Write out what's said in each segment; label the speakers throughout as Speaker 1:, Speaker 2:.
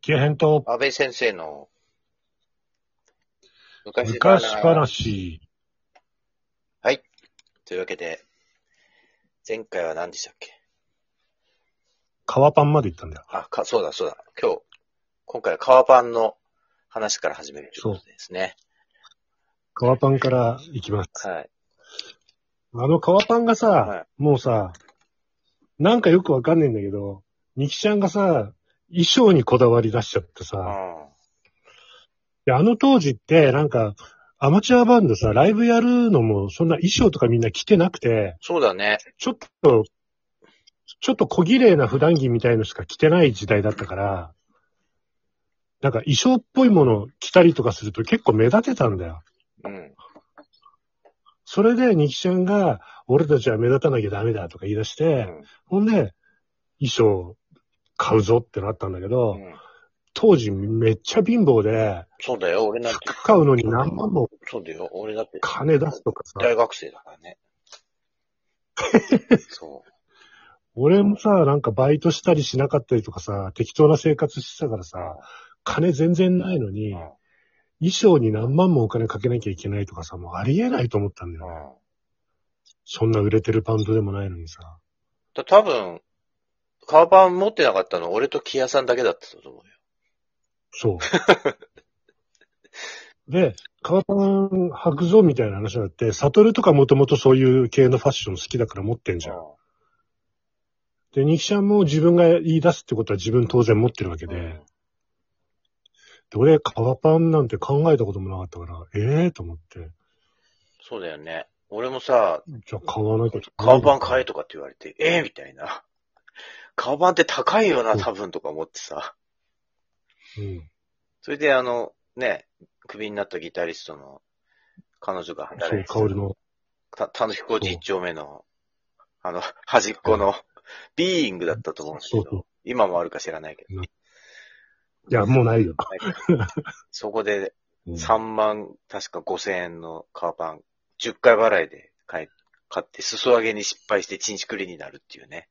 Speaker 1: 急変と
Speaker 2: 安倍先生の昔
Speaker 1: 昔話。
Speaker 2: というわけで、前回は何でしたっけ
Speaker 1: 革パンまで行ったんだよ。
Speaker 2: あ、か、そうだそうだ。今日、今回は革パンの話から始めるということですね。
Speaker 1: 革パンから行きます。
Speaker 2: はい。
Speaker 1: あの革パンがさ、
Speaker 2: は
Speaker 1: もうさ、なんかよくわかんねえんだけど、ニキちゃんがさ、衣装にこだわり出しちゃって
Speaker 2: う
Speaker 1: さ、
Speaker 2: ん。
Speaker 1: であの当時ってなんか、アマチュアバンドさ、ライブやるのも、そんな衣装とかみんな着てなくて、
Speaker 2: そうだね。
Speaker 1: ちょっと、ちょっと小綺麗な普段着みたいのしか着てない時代だったから、なんか衣装っぽいもの着たりとかすると結構目立てたんだよ。
Speaker 2: うん。
Speaker 1: それで、ニキちゃんが、俺たちは目立たなきゃダメだとか言い出して、
Speaker 2: うん。
Speaker 1: ほんで、衣装買うぞってなったんだけど、
Speaker 2: うん
Speaker 1: 当時めっちゃ貧乏で、
Speaker 2: そうだよ。俺なんて、
Speaker 1: 服買うのに何万も
Speaker 2: そうだよ。俺だって、
Speaker 1: 金出すとかさ、
Speaker 2: 大学生だか らね。そ
Speaker 1: 俺もさ、なんかバイトしたりしなかったりとかさ、適当な生活してたからさ、金全然ないの
Speaker 2: う。う
Speaker 1: に、
Speaker 2: ん。
Speaker 1: 衣装に何万もお金かけなきゃいけないとかさ、もうありえないと思ったんだよね。
Speaker 2: うん
Speaker 1: そんな売れてるバンドでもないのにさ。
Speaker 2: だ多分、カバン持ってなかったの俺とキヤさんだけだったと思うよ。
Speaker 1: そう。 で、革パン履くぞみたいな話になって、サトルとかもともとそういう系のファッション好きだから持ってんじゃん。で、ニキシャンも自分が言い出すってことは自分当然持ってるわけ
Speaker 2: うん
Speaker 1: で、で俺、革パンなんて考えたこともなかったから、ええー、と思って、
Speaker 2: そうだよね。俺もさ、
Speaker 1: じゃあ買わなきゃ。
Speaker 2: カバン買えとかって言われて、ええみたいな。カバンって高いよな、多分とか思ってさ。
Speaker 1: うん。
Speaker 2: それであの、ね、クビになったギタリストの彼女が
Speaker 1: そ
Speaker 2: 働
Speaker 1: う
Speaker 2: い、て
Speaker 1: 香りの。
Speaker 2: た、たぬき工事一丁目の、あの、端っこの、ビーイングだったと思うんですけ
Speaker 1: そうそ
Speaker 2: ど
Speaker 1: う、。
Speaker 2: 今もあるか知らないけど。
Speaker 1: いや、もうないよ。
Speaker 2: そこで
Speaker 1: うん
Speaker 2: 3万、確か5千円のカーパン、10回払いで買い買って、裾上げに失敗してチンチクリになるっていうね。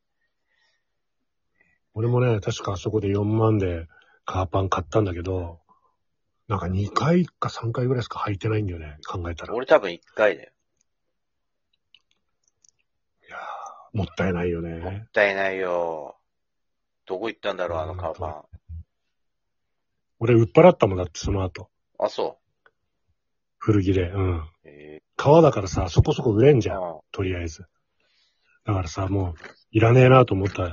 Speaker 1: 俺もね、確かあそこで4万でカーパン買ったんだけど、なんか2回か3回ぐらいしか履いてないんだよね、考えたら。い
Speaker 2: 俺多分1回だよ。
Speaker 1: やーもったいないよ
Speaker 2: も
Speaker 1: ね
Speaker 2: っ。たいないよ。どこ行ったんだろう、あのカーパン。
Speaker 1: 俺、売っ払ったもんだって、その後。
Speaker 2: あ、そ
Speaker 1: 古着で。うん。
Speaker 2: う。え
Speaker 1: 革だからさ、そこそこ売れんじ
Speaker 2: え
Speaker 1: ゃん。
Speaker 2: あ
Speaker 1: とりあえず。だからさ、もう、いらねえなと思った。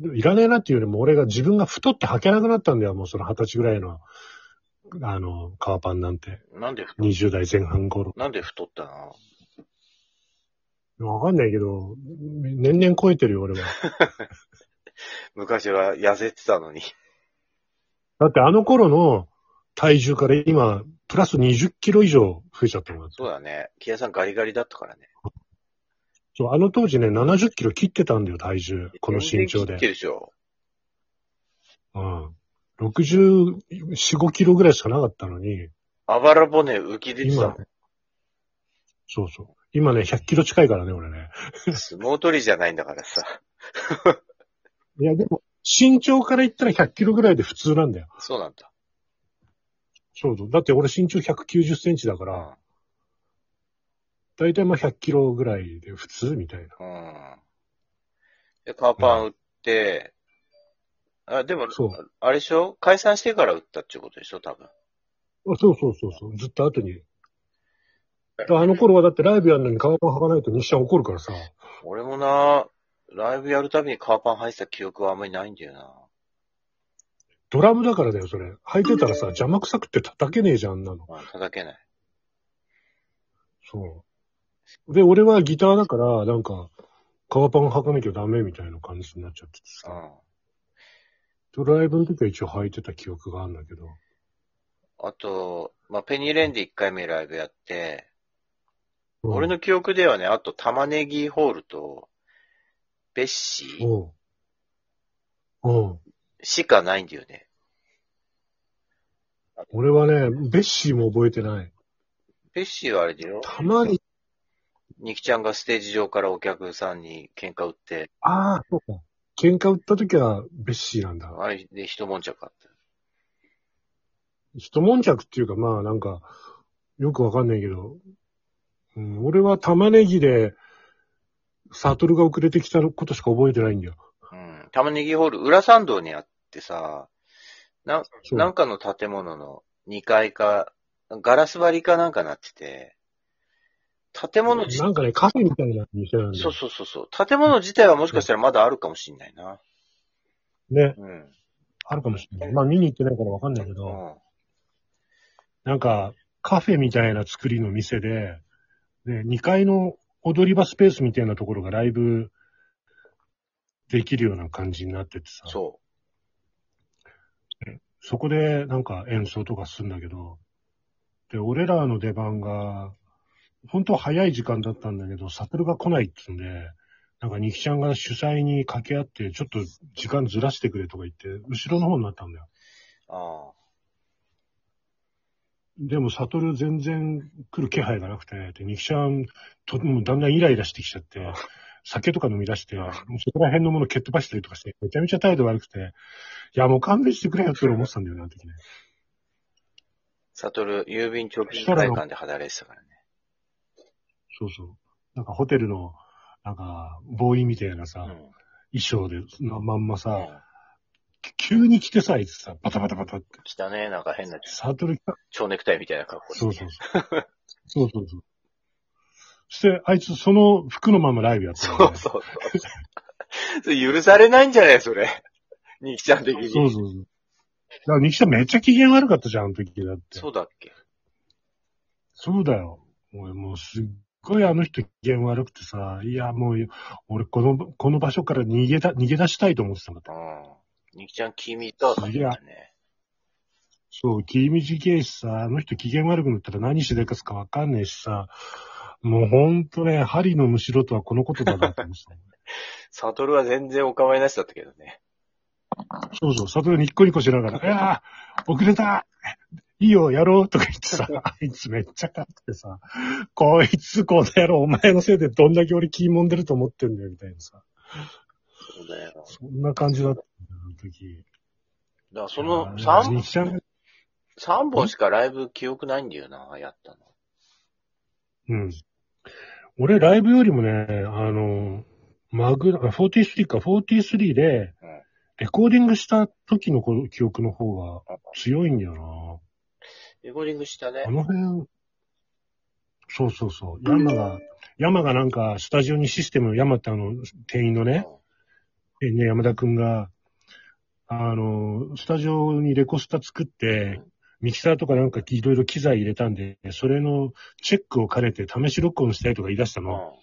Speaker 1: でもいらねえなっていうよりも、俺が自分が太って履けなくなったんだよ、もうその二十歳ぐらいの、あの、革パンなんて。
Speaker 2: なんで、
Speaker 1: 20代前半頃。
Speaker 2: なんで太ったの
Speaker 1: わかんないけど、年々超えてるよ、俺は。
Speaker 2: 昔は痩せてたのに。
Speaker 1: だってあの頃の体重から今、プラス20キロ以上増えちゃったもんだって
Speaker 2: そうだね。木屋さんガリガリだったからね。
Speaker 1: そう、あの当時ね、70キロ切ってたんだよ、体重。この身長
Speaker 2: 全然切っ
Speaker 1: で
Speaker 2: て。るでしょ。
Speaker 1: うん。64、5キロぐらいしかなかったのに、
Speaker 2: あばら骨浮き出てた
Speaker 1: 今
Speaker 2: もん。、
Speaker 1: そうそう。今ね、100キロ近いからね、俺ね。
Speaker 2: 相撲取りじゃないんだ からさ。
Speaker 1: いや、でも、身長から言ったら100キロぐらいで普通なんだよ。
Speaker 2: そうなんだ。
Speaker 1: そうそう。だって俺身長190センチだから、だいたいまあ100キロぐらいで普通みたいな。
Speaker 2: うん。で、カーパン売って、あ、でも
Speaker 1: そう、
Speaker 2: あれでしょ解散してから売ったっていうことでしょ多分。
Speaker 1: あそうそうそうそう。ずっと後に。だからあの頃はだってライブやるのに革パン履かないと西ちゃん怒るからさ。
Speaker 2: 俺もな、ライブやるたびにカーパン履いてた記憶はあんまりないんだよな。
Speaker 1: ドラムだからだよ、それ。履いてたらさ、邪魔くさくて叩けねえじゃん、あんなの。
Speaker 2: うん、叩けない。
Speaker 1: そう。で、俺はギターだから、なんか、革パン履かなきゃダメみたいな感じになっちゃってて
Speaker 2: う
Speaker 1: さ。
Speaker 2: ん。
Speaker 1: ドライブの時は一応履いてた記憶があるんだけど。
Speaker 2: あと、まあ、ペニーレンで1回目ライブやって、
Speaker 1: うん
Speaker 2: 俺の記憶ではね、あと玉ねぎホールと、ベッシー
Speaker 1: うん。うん。
Speaker 2: しかないんだよね。
Speaker 1: 俺はね、ベッシーも覚えてない。
Speaker 2: ベッシーはあれだよ。
Speaker 1: たまに、
Speaker 2: ニキちゃんがステージ上からお客さんに喧嘩売って、
Speaker 1: ああ、そうか。喧嘩売った時はベッシーなんだ。
Speaker 2: あれで一悶着あった。
Speaker 1: 一悶着っていうか、まあなんか、よくわかんないけど、うん、俺は玉ねぎで、サトルが遅れてきたことしか覚えてないんだよ。
Speaker 2: うん。玉ねぎホール、裏参道にあってさ、
Speaker 1: そう
Speaker 2: なんかの建物の2階か、ガラス張りかなんかなってて、建物自
Speaker 1: なんかね、カフェみたいな店なんだ
Speaker 2: そ
Speaker 1: よ
Speaker 2: う。そうそうそう。建物自体はもしかしたらまだあるかもしんないな。
Speaker 1: ね、
Speaker 2: うん。
Speaker 1: あるかもしれない。まあ見に行ってないからわかんないけ
Speaker 2: う
Speaker 1: ど、
Speaker 2: ん。
Speaker 1: なんか、カフェみたいな作りの店で、で、2階の踊り場スペースみたいなところがライブできるような感じになっててさ、
Speaker 2: そ
Speaker 1: そこでなんか演奏とかするんだけど、で、俺らの出番が、本当は早い時間だったんだけど、サトルが来ないってんで、なんかニキちゃんが主催に掛け合って、ちょっと時間ずらしてくれとか言って、後ろの方になったんだよ。
Speaker 2: う。あ
Speaker 1: でも、サトル全然来る気配がなくて、で、ニキちゃん、と、もうだんだんイライラしてきちゃって、酒とか飲み出して、もうそこら辺のもの蹴っ飛ばしたりとかして、めちゃめちゃ態度悪くて、いや、もう勘弁してくれよって俺思ってたんだよね、あの時ね。
Speaker 2: サトル、郵便貯金会館で働いてたからね。
Speaker 1: そうそう。なんかホテルの、なんか、ボーイみたいなさ、
Speaker 2: うん。
Speaker 1: 衣装で、のまんまさ、
Speaker 2: うん
Speaker 1: 急に来てさ、いつさ、バタバタバタって、
Speaker 2: 汚ねえ、なんか変な
Speaker 1: サートル来た。
Speaker 2: 蝶ネクタイみたいな格好で
Speaker 1: そうそうそう。 そうそうそう。そして、あいつ、その服のままライブやってたんだ
Speaker 2: そ
Speaker 1: よ
Speaker 2: う
Speaker 1: ね
Speaker 2: そうそう。そ れ許されないんじゃないそれ。 ニキちゃん的に。
Speaker 1: そうそうそう。だから、ニキさんめっちゃ機嫌悪かったじゃん、あの時だって。
Speaker 2: そ
Speaker 1: そう
Speaker 2: うだっけ
Speaker 1: だよ。俺もうすっごいあの人機嫌悪くてさ、いやもう、俺この、この場所から逃げた、逃げ出したいと思ってたんだって
Speaker 2: うん。ニキちゃん、君いたわ、
Speaker 1: すげえ
Speaker 2: ね。
Speaker 1: そう、君短いしさ、あの人機嫌悪くなったら何しでかすかわかんねえしさ、もうほんとね、針のむしろとはこのことだなって思ってたもんね。
Speaker 2: サトルは全然お構いなしだったけどね。
Speaker 1: そうそう、里でニッコニコしながら、いやー、遅れたいいよ、やろうとか言って さ、あいつめっちゃかってさ、こいつこの野郎、お前のせいでどんだけ俺気もんでると思ってんだよ、みたいなさ。
Speaker 2: そうだよ。
Speaker 1: そんな感じだったんだよ、あの時。
Speaker 2: だからその
Speaker 1: あー
Speaker 2: 3、
Speaker 1: 日ちゃん
Speaker 2: 三本しかライブ記憶ないんだよな、やったの。
Speaker 1: うん。俺、ライブよりもね、あの、マグナ、あ43か、43で
Speaker 2: うん、
Speaker 1: レコーディングした時のこの記憶の方が強いんだよ
Speaker 2: レコーディングしたね
Speaker 1: な。あ。の辺、そうそうそう。山が、山がなんか、スタジオにシステム、山ってあの、店員のね、えね、山田くんが、あの、スタジオにレコスタ作って、ミキサーとかなんかいろいろ機材入れたんで、それのチェックを兼ねて試し録音したいとか言い出した
Speaker 2: うん。
Speaker 1: の。
Speaker 2: うん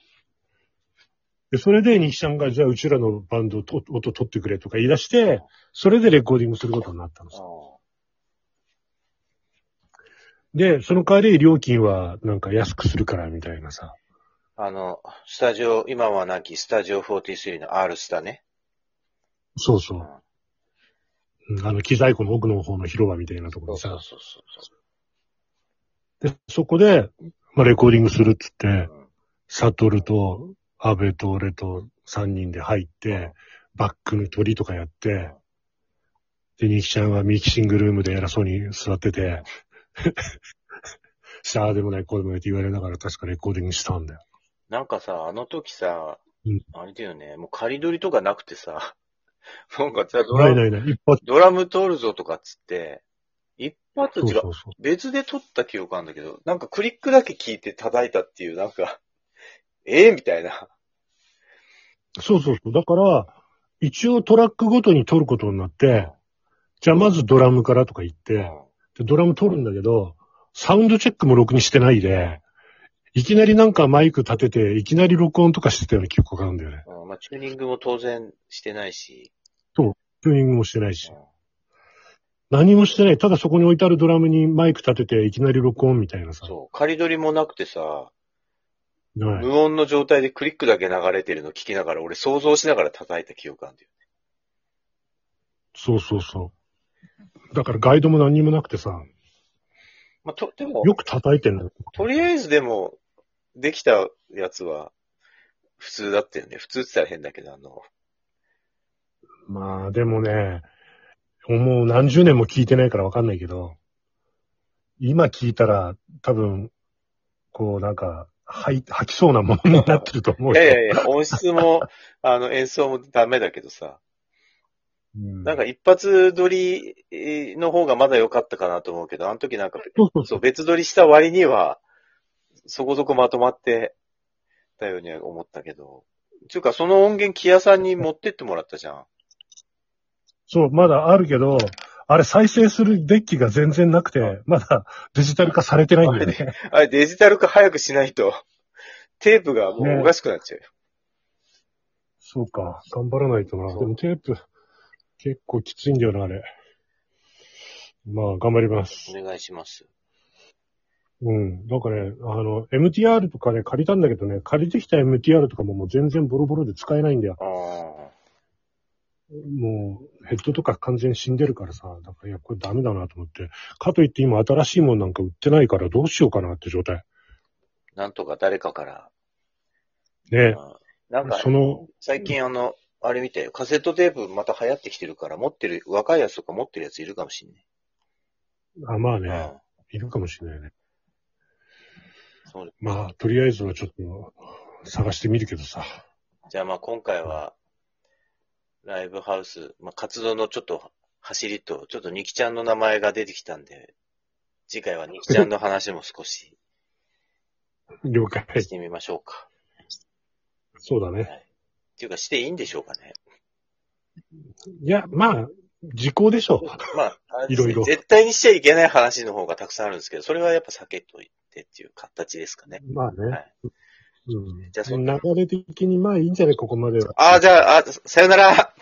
Speaker 1: で、それで、ニキさんが、じゃあ、うちらのバンドと、音取ってくれとか言い出して、それでレコーディングすることになったんです。で、その代わり、料金は、なんか安くするから、みたいなさ。
Speaker 2: あの、スタジオ、今はなきスタジオ43の R スタね。
Speaker 1: そう
Speaker 2: う
Speaker 1: そ
Speaker 2: ん
Speaker 1: う。うんあの、機材庫の奥の方の広場みたいなとこ
Speaker 2: そ
Speaker 1: ろ
Speaker 2: う
Speaker 1: に
Speaker 2: そ
Speaker 1: さ
Speaker 2: う。そうそ
Speaker 1: で、そこで、まあ、レコーディングするっつっ
Speaker 2: う。
Speaker 1: て、
Speaker 2: うん
Speaker 1: サトルと、安倍と俺と3人で入って、バックの鳥とかやって、で、ニキちゃんはミキシングルームで偉そうに座ってて、 さあでもない、こうでもないって言われながら確かレコーディングしたんだよ。
Speaker 2: なんかさ、あの時さ
Speaker 1: うん、
Speaker 2: あれだよね、もう仮撮りとかなくてさ、 なんかさ、ド
Speaker 1: な
Speaker 2: ラ
Speaker 1: い
Speaker 2: ム、
Speaker 1: ないない、一発。
Speaker 2: ドラム撮るぞとかっつって、一発
Speaker 1: そう
Speaker 2: 違う
Speaker 1: そうそう。
Speaker 2: 別で撮った記憶あるんだけど、なんかクリックだけ聞いて叩いたっていう、なんか、 ええみたいな。
Speaker 1: そうそうそう。だから、一応トラックごとに撮ることになって、じゃあまずドラムからとか言って、でドラム撮るんだけど、サウンドチェックもろくにしてないで、いきなりなんかマイク立てて、いきなり録音とかしてたような記憶があるんだよね。
Speaker 2: うんまあ、チューニングも当然してないし。
Speaker 1: チューニングもしてないし
Speaker 2: う。ん
Speaker 1: 何もしてない。ただそこに置いてあるドラムにマイク立てて、いきなり録音みたいなさ。
Speaker 2: そう。仮撮りもなくてさ、
Speaker 1: はい。
Speaker 2: 無音の状態でクリックだけ流れてるの聞きながら、俺想像しながら叩いた記憶あるんだよ。
Speaker 1: そうそうそう。だからガイドも何にもなくてさ、
Speaker 2: まあ、と、でも、
Speaker 1: よく叩いてんの。
Speaker 2: とりあえずでも、できたやつは、普通だったよね。普通って言ったら変だけど、あの、
Speaker 1: まあでもね、もう何十年も聞いてないからわかんないけど、今聞いたら、多分、こう、なんか、はい、吐きそうなものになってると思う
Speaker 2: い
Speaker 1: よ。
Speaker 2: やいやいや、音質も、 あの、演奏もダメだけどさ。
Speaker 1: うん
Speaker 2: なんか一発撮りえーの方がまだ良かったかなと思うけど、あの時なんか、
Speaker 1: そうそうそ
Speaker 2: そうう、。別撮りした割には、そこそこまとまってたようには思ったけど。ちゅうか、その音源、木屋さんに持ってってもらったじゃん。
Speaker 1: そう、まだあるけど、あれ再生するデッキが全然なくて、まだデジタル化されてないんだよね。
Speaker 2: あれ、デジタル化早くしないと、テープがもうおかしくなっちゃうよ。
Speaker 1: そうか、頑張らないとな。
Speaker 2: そう
Speaker 1: でもテープ、結構きついんだよな、あれ。まあ、頑張ります。
Speaker 2: お願いします。
Speaker 1: うん。なんかね、あの、MTR とかね、借りたんだけどね、借りてきた MTR とかももう全然ボロボロで使えないんだよ。
Speaker 2: ああ。
Speaker 1: もう、ヘッドとか完全に死んでるからさ、だから、いや、これダメだなと思って。かといって今新しいもんなんか売ってないからどうしようかなって状態。
Speaker 2: なんとか誰かから。
Speaker 1: ね
Speaker 2: あーなんか、
Speaker 1: その、
Speaker 2: 最近あの、あれ見て、カセットテープまた流行ってきてるから、持ってる、若いやつとか持ってるやついるかもしんね。
Speaker 1: あまあ
Speaker 2: う
Speaker 1: ね、
Speaker 2: ん。
Speaker 1: いるかもしれないね。
Speaker 2: そう
Speaker 1: まあ、とりあえずはちょっと探してみるけどさ。
Speaker 2: じゃあまあ今回は、ライブハウス、まあ活動のちょっと走りと、ちょっとニキちゃんの名前が出てきたんで、次回はニキちゃんの話も 少し
Speaker 1: 了解。
Speaker 2: してみましょうか。
Speaker 1: そうだね。
Speaker 2: はい。っていうかしていいんでしょうか ね。
Speaker 1: いや、まあ、時効でしょ
Speaker 2: まあ、あれですね
Speaker 1: いろいろ
Speaker 2: 絶対にしちゃいけない話の方がたくさんあるんですけど、それはやっぱ避けといてっていう形ですかね。
Speaker 1: う。まあね。
Speaker 2: はい
Speaker 1: うん、
Speaker 2: じゃあそ
Speaker 1: 流れ的にまあいいんじゃないここまでは。
Speaker 2: ああ、じゃあ、あさよなら